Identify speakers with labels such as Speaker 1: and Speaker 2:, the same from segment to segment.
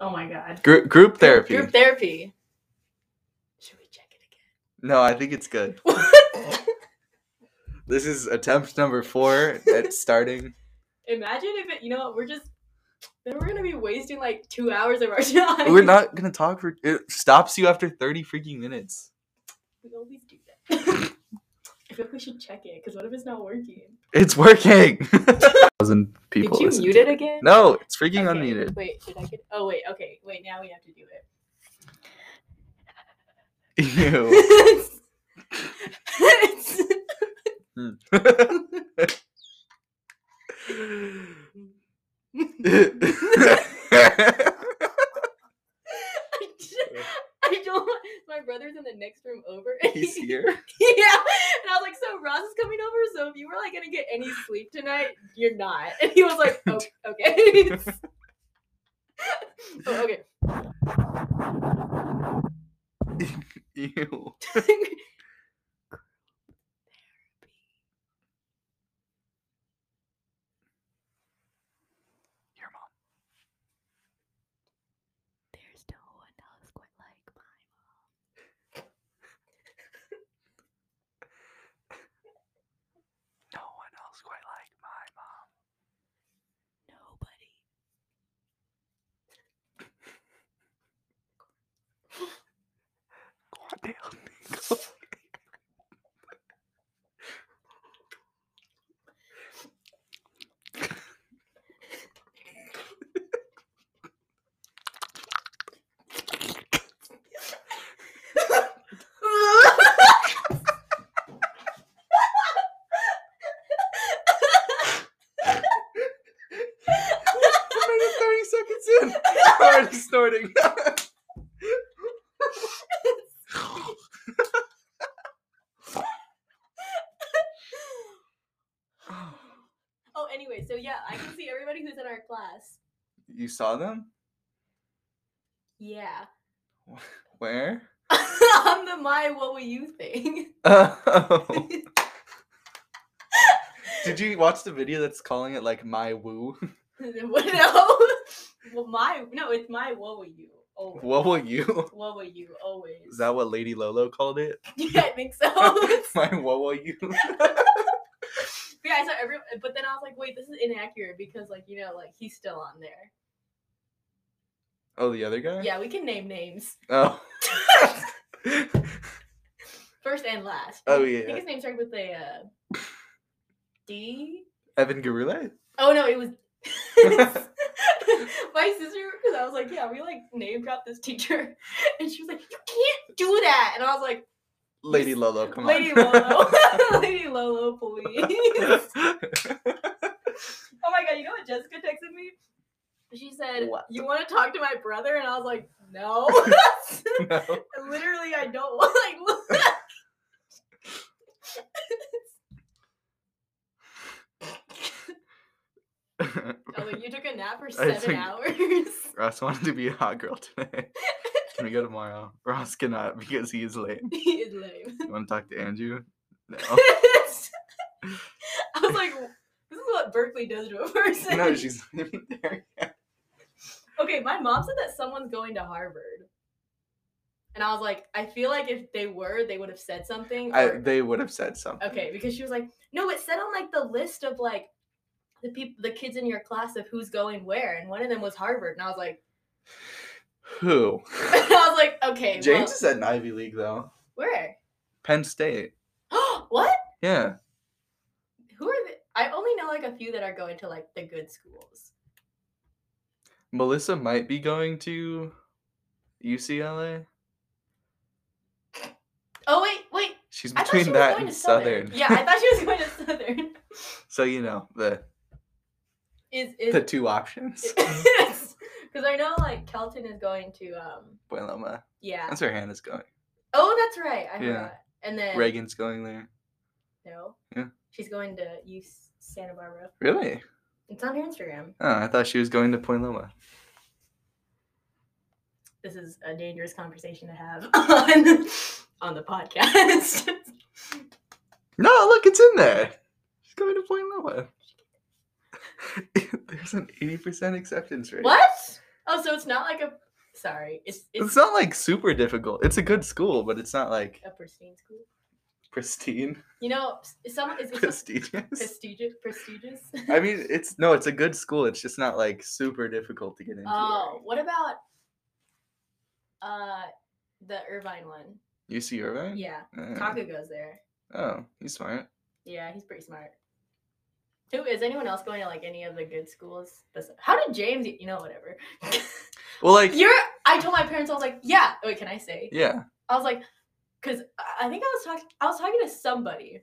Speaker 1: Oh my god.
Speaker 2: Group group therapy.
Speaker 1: Group therapy. Should we check it
Speaker 2: No, I think it's good.
Speaker 1: again?
Speaker 2: This is attempt number four at starting.
Speaker 1: Imagine if it, you know what, we're just, then we're gonna be wasting like two hours of our time.
Speaker 2: We're not gonna talk for. It stops you after thirty freaking minutes.
Speaker 1: We always do that. I feel like we should check it, because what if it's not working?
Speaker 2: It's working. Thousand people.
Speaker 1: Did you
Speaker 2: listen
Speaker 1: mute
Speaker 2: to
Speaker 1: it again?
Speaker 2: No, it's freaking
Speaker 1: Okay,
Speaker 2: unmuted.
Speaker 1: Wait, should I get, oh wait, okay, wait, now we have to do it.
Speaker 2: Ew.
Speaker 1: It's- it's- I just- I don't, my brother's in the next room over. and
Speaker 2: He's
Speaker 1: he-
Speaker 2: here.
Speaker 1: yeah. And I was like, so Ross is coming over, so if you were like gonna get any sleep tonight, you're not. And he was like, oh, okay. oh, okay.
Speaker 2: Ew. Your mom.
Speaker 1: There's no one else quite like mine.
Speaker 2: No one else quite like my mom.
Speaker 1: Nobody.
Speaker 2: Quadale Nico. Another 30 seconds in. I'm already snorting.
Speaker 1: oh, anyway, so yeah, I can see everybody who's in our class.
Speaker 2: you saw them?
Speaker 1: Yeah.
Speaker 2: Where?
Speaker 1: I'm the my what will you thing.
Speaker 2: Oh. Did you watch the video that's calling it like my woo?
Speaker 1: what no? Well my no, it's my what will you always.
Speaker 2: What will you?
Speaker 1: What will you always?
Speaker 2: Is that what Lady Lolo called it?
Speaker 1: yeah, I think so.
Speaker 2: my what will you?
Speaker 1: yeah, I saw every but then I was like, wait, this is inaccurate because like, you know, like he's still on there.
Speaker 2: Oh, the other guy?
Speaker 1: Yeah, we can name names.
Speaker 2: Oh.
Speaker 1: First and last.
Speaker 2: Oh,
Speaker 1: I
Speaker 2: yeah.
Speaker 1: think his name started with a uh, D.
Speaker 2: Evan Garule?
Speaker 1: Oh no, it was my sister because I was like, yeah, we like name dropped this teacher, and she was like, you can't do that, and I was like,
Speaker 2: Lady Lolo, come
Speaker 1: Lady
Speaker 2: on.
Speaker 1: Lolo, Lady Lolo, please. oh my god, you know what Jessica texted me? She said,
Speaker 2: What?
Speaker 1: you want to talk to my brother, and I was like, no,
Speaker 2: No.
Speaker 1: literally, I don't want. Like, I was like, you took a nap for seven
Speaker 2: think-
Speaker 1: hours.
Speaker 2: Ross wanted to be a hot girl today. Can we go tomorrow? Ross cannot because he is late.
Speaker 1: he is lame.
Speaker 2: You want to talk to Andrew? No. Oh.
Speaker 1: I was like, this is what Berkeley does to a person.
Speaker 2: no, she's not even there.
Speaker 1: okay, my mom said that someone's going to Harvard. And I was like, I feel like if they were, they would have said something.
Speaker 2: I,
Speaker 1: or-
Speaker 2: they would have said something.
Speaker 1: okay, because she was like, no, it said on like the list of like the people, the kids in your class of who's going where, and one of them was Harvard. And I was like,
Speaker 2: Who?
Speaker 1: I was like, okay,
Speaker 2: James is at an Ivy League though.
Speaker 1: well, where?
Speaker 2: Penn State.
Speaker 1: what?
Speaker 2: Yeah.
Speaker 1: Who are the? I only know like a few that are going to like the good schools.
Speaker 2: Melissa might be going to UCLA.
Speaker 1: Oh wait, wait,
Speaker 2: She's
Speaker 1: I thought she
Speaker 2: between
Speaker 1: was
Speaker 2: that
Speaker 1: going to
Speaker 2: and
Speaker 1: Southern.
Speaker 2: Southern.
Speaker 1: Yeah, I thought she was going to Southern.
Speaker 2: So you know the
Speaker 1: Is
Speaker 2: the
Speaker 1: is
Speaker 2: two options.
Speaker 1: because I know like Kelton is going to um
Speaker 2: Buenoma.
Speaker 1: yeah.
Speaker 2: That's where Hannah's going.
Speaker 1: Oh, that's right. I
Speaker 2: Yeah.
Speaker 1: forgot. And then
Speaker 2: Reagan's going there.
Speaker 1: No.
Speaker 2: Yeah.
Speaker 1: She's going to use Santa Barbara.
Speaker 2: Really?
Speaker 1: It's on her Instagram.
Speaker 2: Oh, I thought she was going to Puenloma.
Speaker 1: This is a dangerous conversation to have on on the podcast.
Speaker 2: No, look, it's in there. She's going to Puenloma. There's an eighty percent acceptance rate.
Speaker 1: what? Oh, so it's not like a. Sorry, it's it's,
Speaker 2: It's not like super difficult. It's a good school, but it's not like
Speaker 1: a pristine school.
Speaker 2: pristine.
Speaker 1: You know, s- someone is it's
Speaker 2: Prestigious.
Speaker 1: prestigious. Prestigious.
Speaker 2: I mean, it's no, it's a good school. It's just not like super difficult to get into.
Speaker 1: oh, what about uh the Irvine one?
Speaker 2: UC Irvine?
Speaker 1: Yeah,
Speaker 2: Uh,
Speaker 1: Kaka goes there.
Speaker 2: oh, he's smart.
Speaker 1: Yeah, he's pretty smart. Who is anyone else going to like any of the good schools? Bes- How did James? e, You know, whatever.
Speaker 2: Well, like,
Speaker 1: You're. I told my parents I was like, yeah. Wait, can I say?
Speaker 2: yeah.
Speaker 1: I was like, because I think I was talking, I was talking to somebody,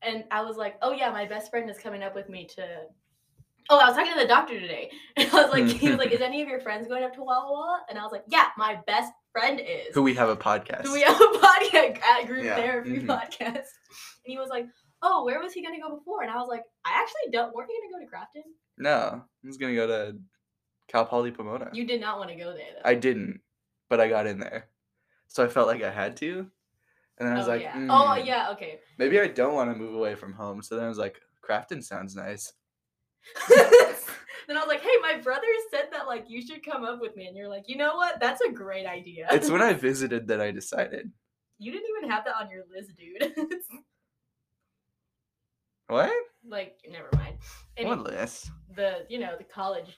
Speaker 1: and I was like, oh yeah, my best friend is coming up with me to. Oh, I was talking to the doctor today, and I was like, he was like,
Speaker 2: Hmm.
Speaker 1: is any of your friends going up to Walla Walla? And I was like, yeah, my best friend is.
Speaker 2: Who we have a podcast.
Speaker 1: Who we have a podcast at group
Speaker 2: Yeah,
Speaker 1: therapy
Speaker 2: mhm.
Speaker 1: podcast, and he was like, oh, where was he going to go before? And I was like, I actually don't. Weren't you going to go to Grafton?
Speaker 2: no, he's gonna go to Cal Poly Pomona.
Speaker 1: You did not want to go there. Though.
Speaker 2: I didn't, but I got in there, so I felt like I had to. And then I was
Speaker 1: oh,
Speaker 2: like,
Speaker 1: yeah.
Speaker 2: "Mm,
Speaker 1: oh yeah, okay.
Speaker 2: maybe I don't want to move away from home. So then I was like, Crafton sounds nice.
Speaker 1: then I was like, hey, my brother said that like you should come up with me. And you're like, you know what? That's a great idea.
Speaker 2: It's when I visited that I decided.
Speaker 1: you didn't even have that on your list, dude.
Speaker 2: What?
Speaker 1: like, never mind. And
Speaker 2: What list?
Speaker 1: the you know, the college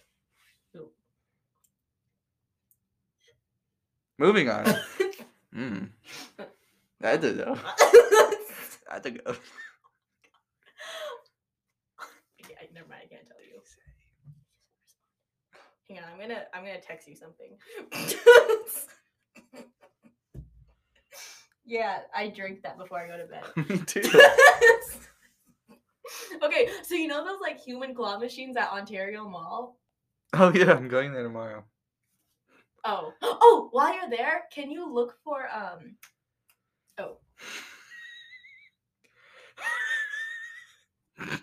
Speaker 2: Moving on. mm. I had to go. I had to go.
Speaker 1: yeah, never mind, I can't tell you. Hang on, I'm gonna I'm gonna text you something. yeah, I drink that before I go to bed.
Speaker 2: Me too.
Speaker 1: okay, so you know those like human claw machines at Ontario Mall?
Speaker 2: Oh yeah, I'm going there tomorrow.
Speaker 1: Oh, oh! While you're there, can you look for um? Oh,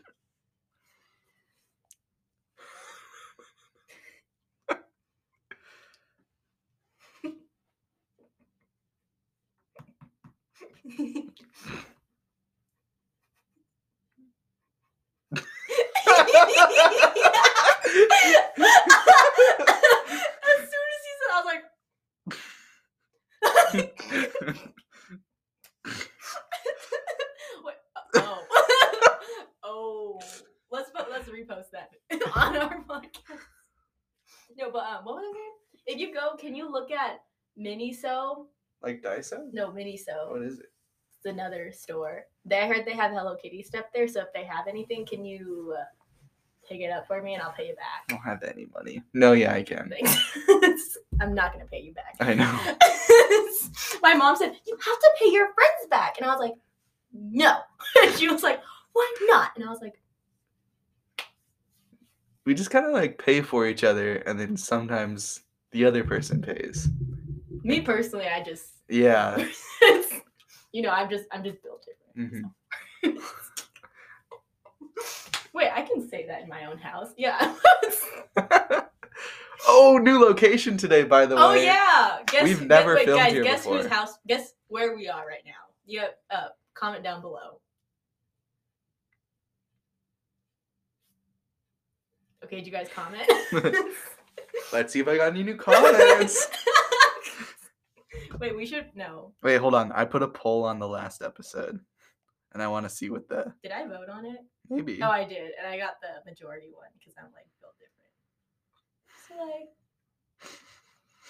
Speaker 1: as soon as he said, I was like, Wait, oh, oh. Let's put, let's repost that on our podcast. No, but um, what was it? If you go, can you look at Miniso?
Speaker 2: like Dyson?
Speaker 1: No, Miniso.
Speaker 2: What is it?
Speaker 1: It's another store. They, I heard they have Hello Kitty stuff there, so if they have anything, can you uh, pick it up for me and I'll pay you
Speaker 2: I
Speaker 1: back?
Speaker 2: don't have any money. No, yeah, I can.
Speaker 1: Thanks. I'm not gonna pay you back.
Speaker 2: I know.
Speaker 1: my mom said, You have to pay your friends back. And I was like, No. And she was like, Why not? And I was like,
Speaker 2: We just kind of like pay for each other, and then sometimes the other person pays.
Speaker 1: Me personally, I just
Speaker 2: Yeah.
Speaker 1: you know, I'm just I'm just built different.
Speaker 2: mhm.
Speaker 1: Wait, I can say that in my own house. Yeah.
Speaker 2: oh, new location today, by the
Speaker 1: oh
Speaker 2: way.
Speaker 1: yeah. Guess
Speaker 2: We've never
Speaker 1: wait,
Speaker 2: filmed
Speaker 1: guys,
Speaker 2: here
Speaker 1: guess whose
Speaker 2: before.
Speaker 1: house guess where we are right now. Yeah, uh comment down below. Okay, did you guys comment?
Speaker 2: Let's see if I got any new comments.
Speaker 1: Wait, we should no.
Speaker 2: Wait, hold on. I put a poll on the last episode, and I want to see what the
Speaker 1: Did I vote on it?
Speaker 2: maybe.
Speaker 1: Oh, I did, and I got the majority one because I'm like built different. So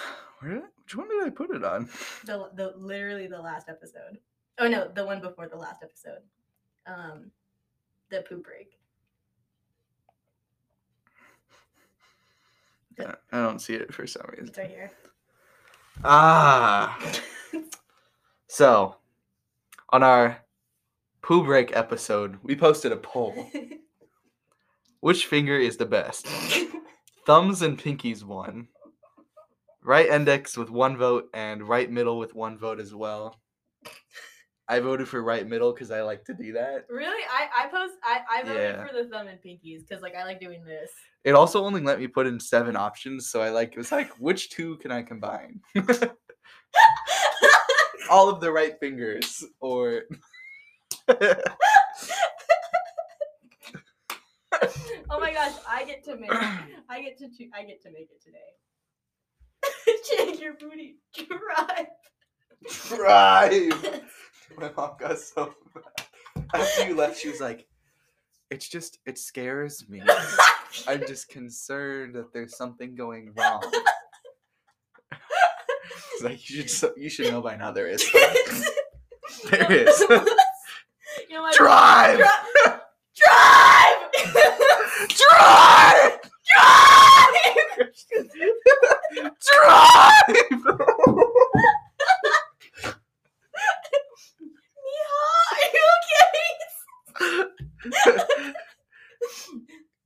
Speaker 1: like
Speaker 2: Where did I, which one did I put it on?
Speaker 1: the the literally the last episode. Oh no, the one before the last episode. Um, the poop break.
Speaker 2: I don't- I don't see it for some reason.
Speaker 1: It's right here.
Speaker 2: Ah. So, on our poo break episode, we posted a poll. Which finger is the best? Thumbs and pinkies won. Right index with one vote and right middle with one vote as well. I voted for right middle because I like to do that.
Speaker 1: really, I I post I I voted
Speaker 2: Yeah.
Speaker 1: for the thumb and pinkies because like I like doing this.
Speaker 2: It also only let me put in seven options, so I like it was like which two can I combine? All of the right fingers or
Speaker 1: Oh my gosh, I get to make. I get to. Cho- I get to make it today. Jake, your booty dry.
Speaker 2: Drive. My mom got so mad. After you left, she was like, "It's just it scares me. I'm just concerned that there's something going wrong." It's like you should so- you should know by now there is. There is.
Speaker 1: You know what?
Speaker 2: Drive.
Speaker 1: Dri- Drive.
Speaker 2: Drive. Drive.
Speaker 1: Yeehaw, Are you okay?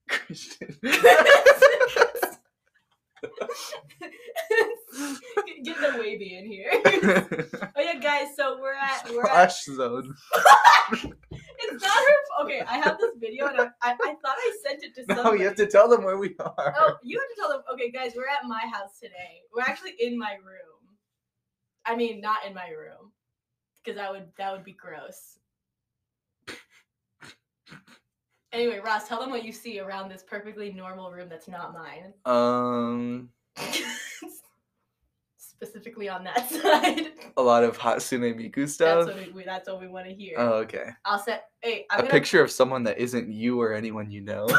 Speaker 2: Christian.
Speaker 1: Get the wavy in here. Oh yeah, guys. So we're at we're at.
Speaker 2: Splash zone.
Speaker 1: It's not her. f- Okay, I have this video and I, I, I thought I sent it to
Speaker 2: No,
Speaker 1: somebody.
Speaker 2: you have to tell them where we are.
Speaker 1: Oh, you have to tell them. Okay, guys, we're at my house today. We're actually in my room. I mean, not in my room, because that would that would be gross. Anyway, Ross, tell them what you see around this perfectly normal room that's not mine,
Speaker 2: Um,
Speaker 1: specifically on that side.
Speaker 2: a lot of Hatsune Miku
Speaker 1: That's
Speaker 2: stuff.
Speaker 1: what we, we that's what we want to hear.
Speaker 2: Oh, okay.
Speaker 1: I'll set. Hey,
Speaker 2: A
Speaker 1: I'm gonna.
Speaker 2: picture of someone that isn't you or anyone you know.
Speaker 1: Did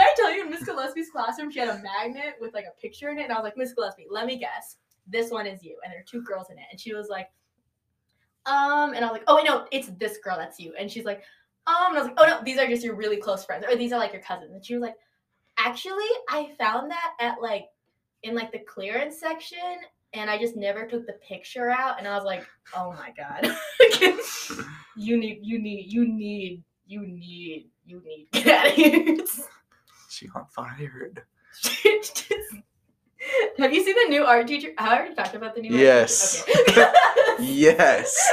Speaker 1: I tell you in Miss Gillespie's classroom she had a magnet with like a picture in it? And I was like, Miss Gillespie, let me guess. This one is you. And there are two girls in it. And she was like, um, and I was like, oh wait, no, it's this girl that's you. And she's like, um, and I was like, oh no, these are just your really close friends, or these are like your cousins. And she was like, actually, I found that at like in like the clearance section, and I just never took the picture out. And I was like, oh my god, you need, you need, you need, you need, you need get out of here.
Speaker 2: she got fired.
Speaker 1: Have you seen the new art teacher? I already talked about the new
Speaker 2: Yes.
Speaker 1: art teacher. Okay.
Speaker 2: Yes.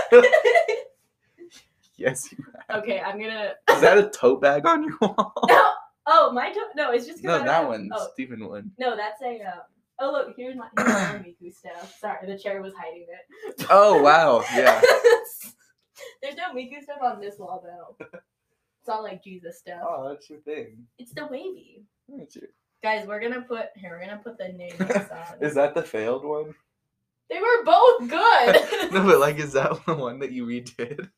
Speaker 2: yes. you-
Speaker 1: okay, I'm gonna.
Speaker 2: Is that a tote bag on your wall?
Speaker 1: No! Oh, my toe. No, it's just 'cause I
Speaker 2: No,
Speaker 1: don't
Speaker 2: that
Speaker 1: have-
Speaker 2: one.
Speaker 1: Oh,
Speaker 2: Stephen one.
Speaker 1: no, that's a. Um, oh, look, here's my, here's my Miku stuff. Sorry, the chair was hiding it.
Speaker 2: Oh wow. Yeah.
Speaker 1: There's no Miku stuff on this wall, though. It's all like Jesus stuff.
Speaker 2: Oh, that's your thing.
Speaker 1: It's the wavy.
Speaker 2: That's your-
Speaker 1: Guys, we're gonna put. Here, we're gonna put the names on.
Speaker 2: Is that the failed one?
Speaker 1: they were both good!
Speaker 2: No, but like, is that the one that you redid?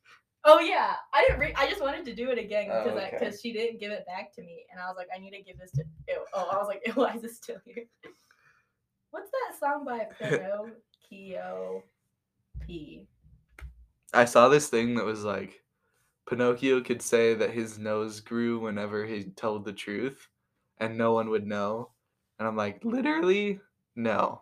Speaker 1: Oh yeah, I didn't. Re- I just wanted to do it again
Speaker 2: Oh,
Speaker 1: because
Speaker 2: okay.
Speaker 1: because she didn't give it back to me, and I was like, I need to give this to. Ew. Oh, I was like, ew, why is this still here? What's that song by Proto Kyo P?
Speaker 2: I saw this thing that was like, Pinocchio could say that his nose grew whenever he told the truth, and no one would know. And I'm like, literally, no,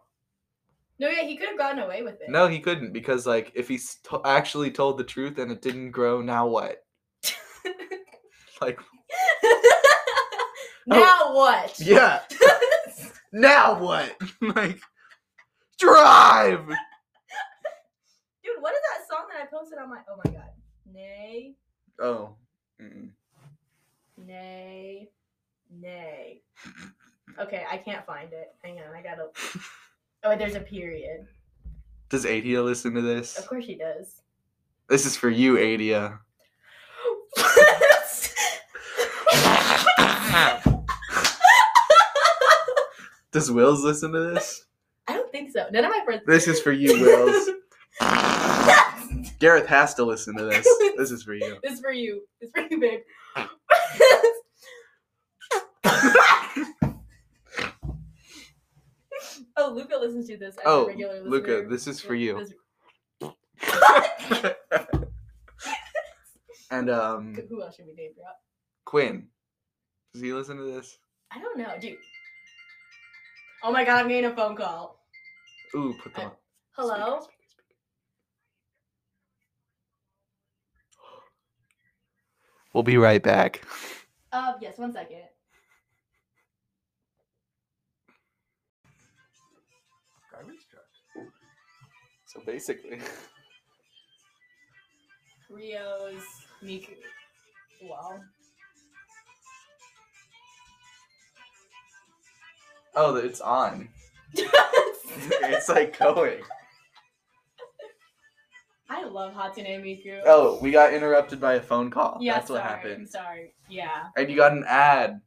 Speaker 1: No, yeah, he could have gotten away with it.
Speaker 2: no, he couldn't because like, if he s- to- actually told the truth and it didn't grow, now what? Like,
Speaker 1: now what?
Speaker 2: Oh. yeah, now what? like, drive.
Speaker 1: Dude, what is that song that I posted on my? Oh my god, nay,
Speaker 2: Oh, mm-mm.
Speaker 1: nay, nay. Okay, I can't find it. Hang on, I gotta. Oh, there's a period.
Speaker 2: does Adia listen to
Speaker 1: Of
Speaker 2: this?
Speaker 1: course she does.
Speaker 2: This is for you, Adia. Does Wills listen to this?
Speaker 1: I don't think so. None of my friends.
Speaker 2: This is for you, Wills. Gareth has to listen to this. This is for you.
Speaker 1: this is for you. This is for you, babe. oh, Luca listens to this. As
Speaker 2: Oh,
Speaker 1: a regular
Speaker 2: Luca,
Speaker 1: listener.
Speaker 2: this is for you.
Speaker 1: This-
Speaker 2: And um
Speaker 1: Who else should we name drop?
Speaker 2: Quinn. Does he listen to this?
Speaker 1: I don't know, dude. Oh my god, I'm getting a phone call.
Speaker 2: Ooh, put them
Speaker 1: I-
Speaker 2: on.
Speaker 1: Uh, Hello?
Speaker 2: Speaker, speaker, speaker. We'll be right back.
Speaker 1: Uh, yes, one second.
Speaker 2: Garbage truck. So basically.
Speaker 1: Rio's Miku. Wow.
Speaker 2: Oh, it's on. it's like going.
Speaker 1: I love Hatsune Miku.
Speaker 2: Oh, we got Oh, interrupted by a phone call.
Speaker 1: yeah,
Speaker 2: That's
Speaker 1: sorry,
Speaker 2: what happened.
Speaker 1: Sorry. Yeah.
Speaker 2: And you got an ad.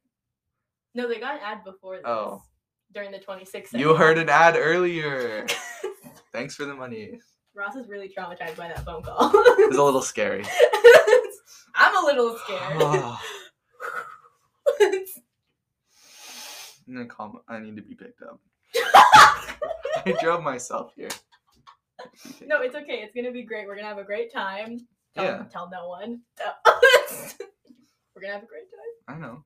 Speaker 1: No, they got an ad before this.
Speaker 2: Oh.
Speaker 1: During the 26
Speaker 2: You heard an ad earlier. Thanks for the money.
Speaker 1: Ross is really traumatized by that phone call.
Speaker 2: It was a little scary.
Speaker 1: I'm a little scared.
Speaker 2: Ah, I'm gonna call. my- I need to be picked up. I drove myself here.
Speaker 1: no, it's okay. It's gonna be great. We're gonna have a great time. Tell,
Speaker 2: Yeah.
Speaker 1: tell no one. We're gonna have a great time.
Speaker 2: I know.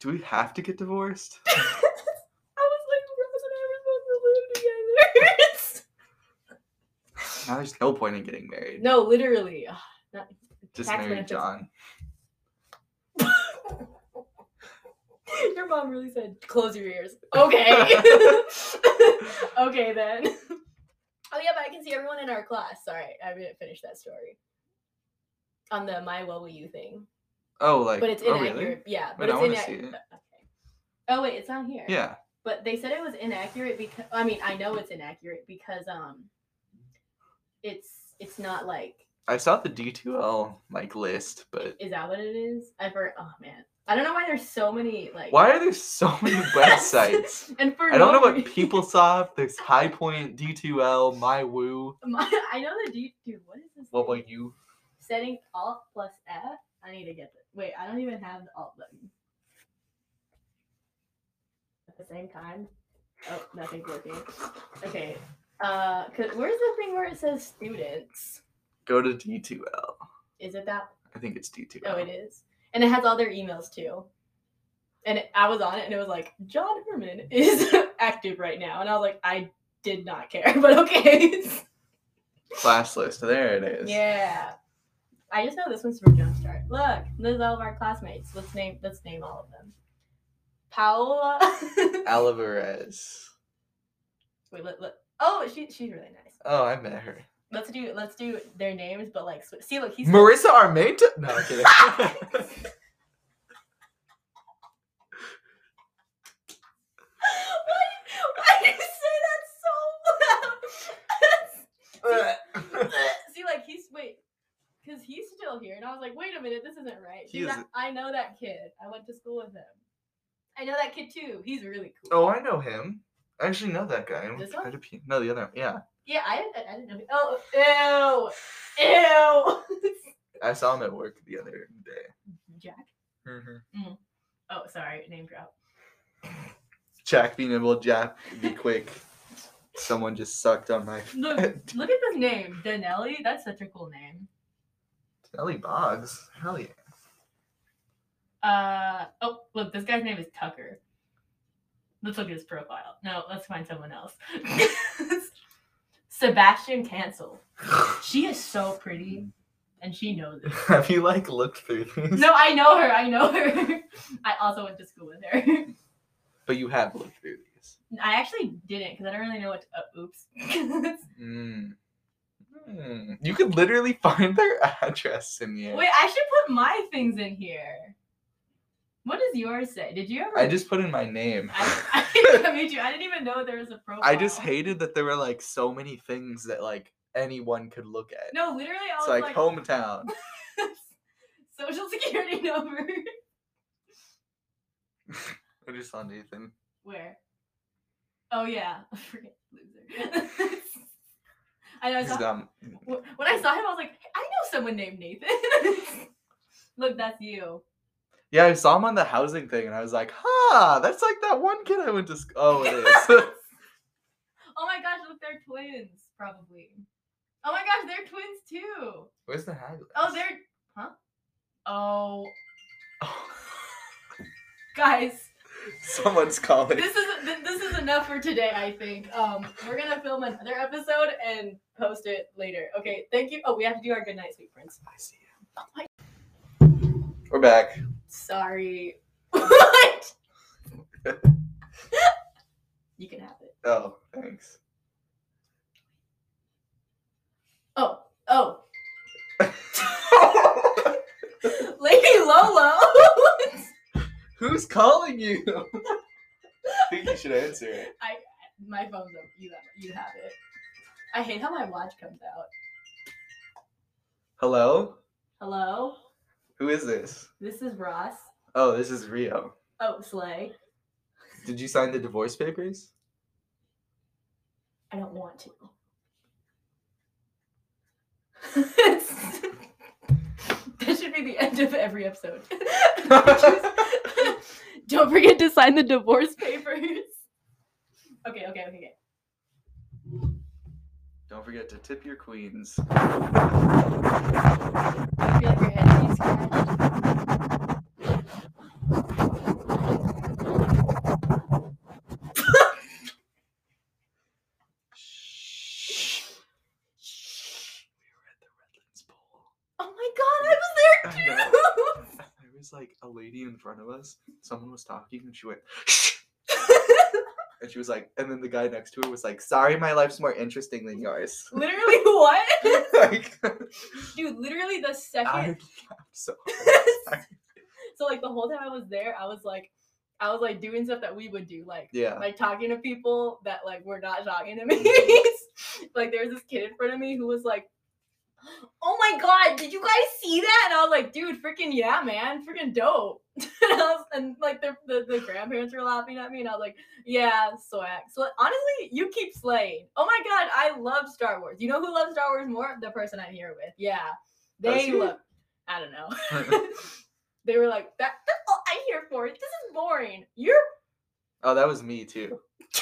Speaker 2: Do we have to get divorced?
Speaker 1: I was like, Ross and I were supposed to live together.
Speaker 2: Now there's no point in getting married.
Speaker 1: no, literally. Ugh, not-
Speaker 2: Just
Speaker 1: tax
Speaker 2: marry
Speaker 1: benefits.
Speaker 2: John.
Speaker 1: Your mom really said, close your ears. Okay. okay, then. Oh, yeah, but I can see everyone in our class. Sorry, I didn't finish that story. On the My What Will You thing.
Speaker 2: Oh, like.
Speaker 1: But it's
Speaker 2: oh,
Speaker 1: inaccurate.
Speaker 2: really?
Speaker 1: Yeah,
Speaker 2: Wait,
Speaker 1: but
Speaker 2: I
Speaker 1: it's
Speaker 2: wanna see
Speaker 1: inaccurate.
Speaker 2: it.
Speaker 1: Okay. Oh, wait, it's on here.
Speaker 2: Yeah.
Speaker 1: But they said it was inaccurate because, I mean, I know it's inaccurate because um, it's it's not like,
Speaker 2: I saw the D2L like list, but
Speaker 1: is that what it is? I've heard, oh, man. I don't know why there's so many, like.
Speaker 2: why are there so many websites?
Speaker 1: and for
Speaker 2: I don't
Speaker 1: no
Speaker 2: know what
Speaker 1: reason.
Speaker 2: PeopleSoft, there's High Point, D2L, MyWoo,
Speaker 1: My- I know the D. Dude, what is this?
Speaker 2: what will
Speaker 1: thing?
Speaker 2: you?
Speaker 1: Setting Alt plus F. I need to get this. Wait, I don't even have the Alt button. At the same time. Oh, nothing's working. Okay. Uh, cause where's the thing where it says students?
Speaker 2: Go to D2L.
Speaker 1: Is it that?
Speaker 2: I think it's D2L.
Speaker 1: Oh, it is. And it has all their emails too. And it- I was on it, and it was like John Herman is active right now, and I was like, I did not care, but okay.
Speaker 2: Class list. There it is.
Speaker 1: Yeah. I just know this one's from Jumpstart. Look, this is all of our classmates. Let's name let's name all of them. Paola.
Speaker 2: Alvarez.
Speaker 1: Wait, let, let- oh, she, she's really nice.
Speaker 2: Oh, I met her.
Speaker 1: Let's do let's do their names, but like sw- see, look, he's
Speaker 2: Marissa Armenta? No, I'm kidding.
Speaker 1: why, why did you say that so loud? see, like he's wait, because he's still here, and I was like, wait a minute, this isn't right.
Speaker 2: He
Speaker 1: Dude,
Speaker 2: is-
Speaker 1: I, I know that kid. I went to school with him. I know that kid too. He's really cool.
Speaker 2: oh, I know him. I actually know that guy. I'm
Speaker 1: This
Speaker 2: trying
Speaker 1: one?
Speaker 2: to pe- No, the other one. Yeah.
Speaker 1: Yeah, I didn't, I didn't know. Oh, ew, ew.
Speaker 2: I saw him at work the other day.
Speaker 1: Jack.
Speaker 2: Mm-hmm.
Speaker 1: Oh, sorry, name drop.
Speaker 2: Jack, be nimble. Jack, be quick. Someone just sucked on my.
Speaker 1: Look, look at this name, Danelli. That's such a cool name.
Speaker 2: Ellie Boggs. Hell yeah.
Speaker 1: Uh oh, look, this guy's name is Tucker. Let's look at his profile. No, let's find someone else. Sebastian Cancel. She is so
Speaker 2: Mm.
Speaker 1: pretty, and she knows it.
Speaker 2: Have you like looked through these?
Speaker 1: No, I know her. I know her. I also went to school with her.
Speaker 2: But you have looked through these.
Speaker 1: I actually didn't because I don't really know what. To, uh, oops.
Speaker 2: Mm. Mm. You could literally find their address in the
Speaker 1: Wait, I should put my things in here. What does yours say? Did you ever?
Speaker 2: I just put in my name.
Speaker 1: I, I, me too. I didn't even know there was a profile.
Speaker 2: I just hated that there were like so many things that like anyone could look at.
Speaker 1: No, literally, I
Speaker 2: it's
Speaker 1: was
Speaker 2: like, "Oh."
Speaker 1: like,
Speaker 2: hometown.
Speaker 1: social security number.
Speaker 2: I just saw Nathan.
Speaker 1: Where? Oh yeah, forget loser. I know. I
Speaker 2: He's
Speaker 1: saw,
Speaker 2: um, dumb.
Speaker 1: wh- when I saw him, I was like, I know someone named Nathan. Look, that's you.
Speaker 2: Yeah, I saw him on the housing thing, and I was like, "Ha! That's like that one kid I went to school." Oh, it is.
Speaker 1: Oh my gosh, look, they're twins, probably. Oh my gosh, they're twins too.
Speaker 2: Where's the hat?
Speaker 1: Oh, they're huh? Oh, guys,
Speaker 2: Someone's calling.
Speaker 1: this is th- this is enough for today. I think um, we're gonna film another episode and post it later. Okay, thank you. Oh, we have to do our goodnight sweet prince.
Speaker 2: I see him. We're back.
Speaker 1: Sorry. What? you can have it.
Speaker 2: Oh, thanks.
Speaker 1: Oh, oh, Lady Lolo.
Speaker 2: Who's calling you? I think you should answer it.
Speaker 1: my phone's up. You have you have it. I hate how my watch comes out.
Speaker 2: Hello?
Speaker 1: Hello,
Speaker 2: Who is this?
Speaker 1: this is Ross.
Speaker 2: Oh, this is Rio.
Speaker 1: Oh, Slay.
Speaker 2: Did you sign the divorce papers?
Speaker 1: I don't want to. that should be the end of every episode. Just- don't forget to sign the divorce papers. Okay, okay, okay. okay.
Speaker 2: Don't forget to tip your queens.
Speaker 1: I feel like your head needs scratched.
Speaker 2: Shh. We were at the Redlands Bowl.
Speaker 1: Oh my god, I was there too!
Speaker 2: There was like a lady in front of us. Someone was talking and she went, shh. and she was like, and then the guy next to her was like, sorry, my life's more interesting than yours.
Speaker 1: literally what?
Speaker 2: like,
Speaker 1: Dude, literally the
Speaker 2: I
Speaker 1: second
Speaker 2: laughed so
Speaker 1: So like the whole time I was there, I was like I was like doing stuff that we would do, like
Speaker 2: Yeah.
Speaker 1: like talking to people that like were not talking to me. like there was this kid in front of me who was like, "Oh my god, did you guys see that?" And I was like, "Dude, freaking yeah, man, freaking dope." and, I was, and like the, the the grandparents were laughing at me, and I was like, "Yeah, swag." So honestly, you keep slaying. Oh my god, I love Star Wars. You know who loves Star Wars more? The person I'm here with. Yeah,
Speaker 2: Does
Speaker 1: they
Speaker 2: he?
Speaker 1: love. I don't know they were like, that, that's all I'm here for. This is boring. You're
Speaker 2: Oh, that was me too.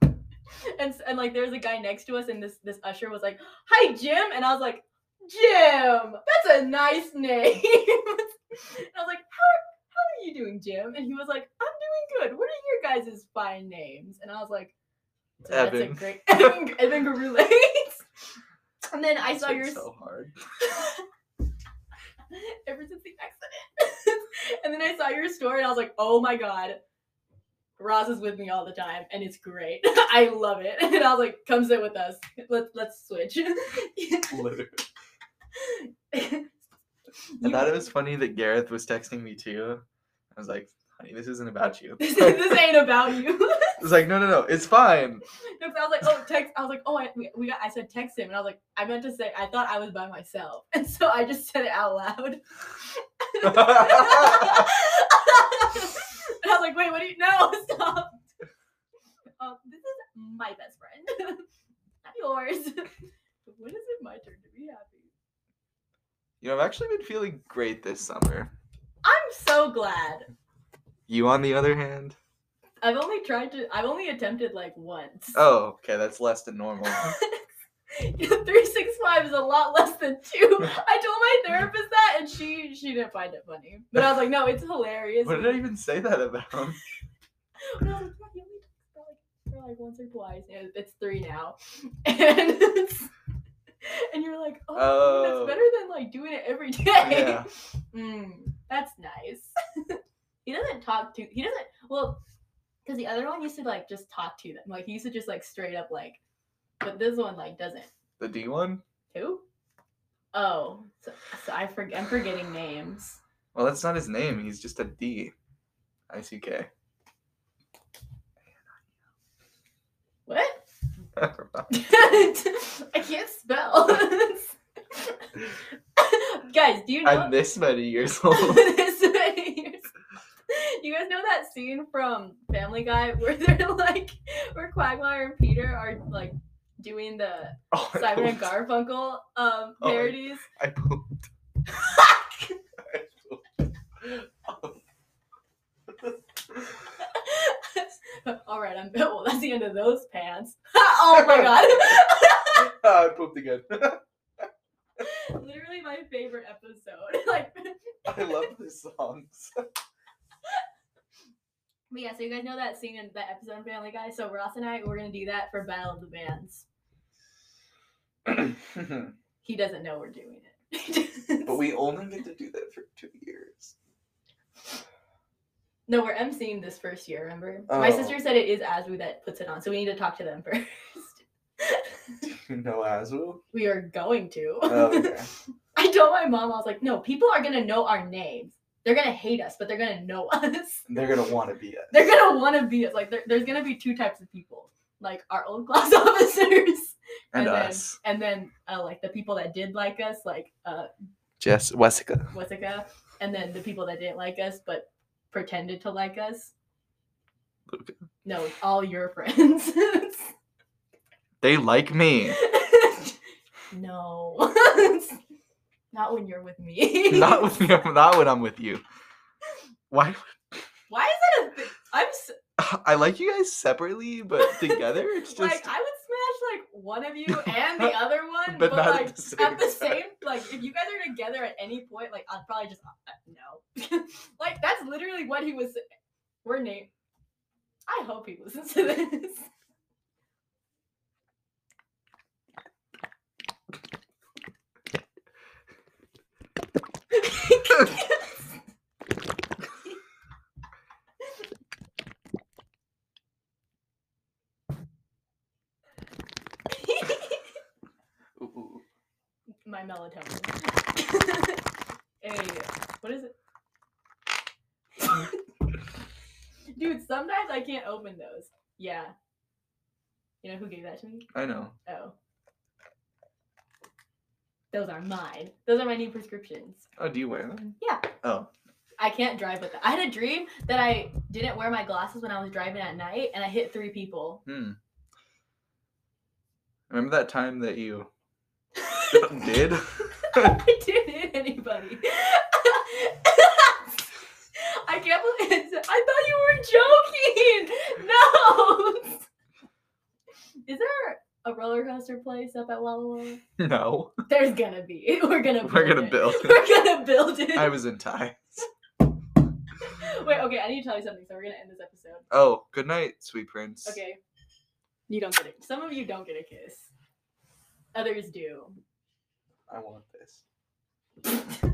Speaker 1: and s- and like there's a guy next to us, and this this usher was like, Hi Jim. And I was like, Jim, that's a nice name. and I was like, How are, how are you doing, Jim? And he was like, I'm doing good. What are your guys' fine names? And I was like, "So
Speaker 2: Evan.
Speaker 1: That's a great Evan, Evan Garulais." and then I
Speaker 2: This
Speaker 1: saw
Speaker 2: hit
Speaker 1: yours.
Speaker 2: so hard.
Speaker 1: ever since the accident. and then I saw your story and I was like, oh my god, Roz is with me all the time and it's great. I love it. And I was like, come sit with us. Let's let's switch.
Speaker 2: Literally. I
Speaker 1: You-
Speaker 2: thought it was funny that Gareth was texting me too. I was like, honey, this isn't about you.
Speaker 1: this, this ain't about you.
Speaker 2: I was like, no, no, no, it's fine.
Speaker 1: 'Cause I was like, oh, text. I was like, oh, I, we, we got. I said text him, and I was like, I meant to say I thought I was by myself, and so I just said it out loud. and I was like, wait, what do you know? Stop. Um, this is my best friend. Not yours. when is it my turn to be happy?
Speaker 2: you know, I've actually been feeling great this summer.
Speaker 1: I'm so glad.
Speaker 2: You, on the other hand,
Speaker 1: I've only tried to I've only attempted like once.
Speaker 2: oh, okay, that's less than normal.
Speaker 1: Three six five is a lot less than two. I told my therapist that and she she didn't find it funny. But I was like, no, it's hilarious.
Speaker 2: what did I even say that about?
Speaker 1: And I was like, "Yeah, he only talks about like for like once or twice. And it's three now. And and you're like, oh, that's
Speaker 2: Oh.
Speaker 1: better than like doing it every day.
Speaker 2: Yeah.
Speaker 1: Mm, that's nice. he doesn't talk to he doesn't well because the other one used to like just talk to them. Like he used to just like straight up like but this one like doesn't.
Speaker 2: The D one?
Speaker 1: Who? Oh, so, so I forget. I'm forgetting names.
Speaker 2: Well, that's not his name. He's just a D. I C K.
Speaker 1: What?
Speaker 2: That's
Speaker 1: I can't spell. Guys, do you
Speaker 2: I'm
Speaker 1: know
Speaker 2: this many years old.
Speaker 1: this? you guys know that scene from Family Guy where they're like, where Quagmire and Peter are like doing the
Speaker 2: Oh, I
Speaker 1: Simon and
Speaker 2: pooped.
Speaker 1: Garfunkel um,
Speaker 2: Oh.
Speaker 1: parodies?
Speaker 2: I pooped. I pooped.
Speaker 1: All right, I'm well. That's the end of those pants. oh my god.
Speaker 2: Ah, I pooped again.
Speaker 1: Literally my favorite episode. like,
Speaker 2: I love the songs.
Speaker 1: But yeah, so you guys know that scene in that episode of Family Guy. So Ross and I, we're gonna do that for Battle of the Bands.
Speaker 2: but
Speaker 1: He doesn't know we're doing it.
Speaker 2: we only get to do that for two years.
Speaker 1: no, we're emceeing this first year. Remember, my
Speaker 2: Oh.
Speaker 1: sister said it is Asbu that puts it on, so we need to talk to them first.
Speaker 2: No, Aswell.
Speaker 1: we are going to.
Speaker 2: Oh, okay.
Speaker 1: I told my mom, I was like, no, people are gonna know our names. They're gonna hate us, but they're gonna know us.
Speaker 2: They're gonna want to be it.
Speaker 1: they're gonna want to be us. Like, there, there's gonna be two types of people, like our old class officers,
Speaker 2: And,
Speaker 1: then,
Speaker 2: us,
Speaker 1: and then uh, like the people that did like us, like uh,
Speaker 2: Jess, Wessica.
Speaker 1: Wessica, and then the people that didn't like us but pretended to like us.
Speaker 2: Luca.
Speaker 1: No, it's all your friends.
Speaker 2: They like me.
Speaker 1: no. Not when you're with me.
Speaker 2: not with you. Not when I'm with you. Why?
Speaker 1: Why is that a thing? I'm s
Speaker 2: I like you guys separately, but together it's just.
Speaker 1: like I would smash like one of you and the other one,
Speaker 2: but
Speaker 1: but,
Speaker 2: not
Speaker 1: like
Speaker 2: at the same.
Speaker 1: at the
Speaker 2: time.
Speaker 1: same like if you guys are together at any point, like I'd probably just uh, no. like that's literally what he was. We're Nate. I hope he listens to this.
Speaker 2: Ooh, ooh.
Speaker 1: My melatonin. hey, what is it? Dude, sometimes I can't open those. Yeah. You know who gave that to me?
Speaker 2: I know.
Speaker 1: Oh. Those are mine. Those are my new prescriptions.
Speaker 2: Oh, do you wear them?
Speaker 1: Yeah.
Speaker 2: Oh.
Speaker 1: I can't drive with them. I had a dream that I didn't wear my glasses when I was driving at night and I hit three people.
Speaker 2: Hmm. Remember that time that you
Speaker 1: I
Speaker 2: did?
Speaker 1: didn't hit anybody. I can't believe it's, I thought you were joking. No. Is there a roller coaster place up at Walla Walla?
Speaker 2: no.
Speaker 1: There's gonna be. We're gonna. Build
Speaker 2: We're gonna
Speaker 1: it.
Speaker 2: build it.
Speaker 1: We're gonna build it.
Speaker 2: I was in tie.
Speaker 1: Wait, okay, I need to tell you something, so we're gonna end this episode.
Speaker 2: Oh, good night, sweet prince.
Speaker 1: Okay. You don't get it. Some of you don't get a kiss. Others do.
Speaker 2: I want this.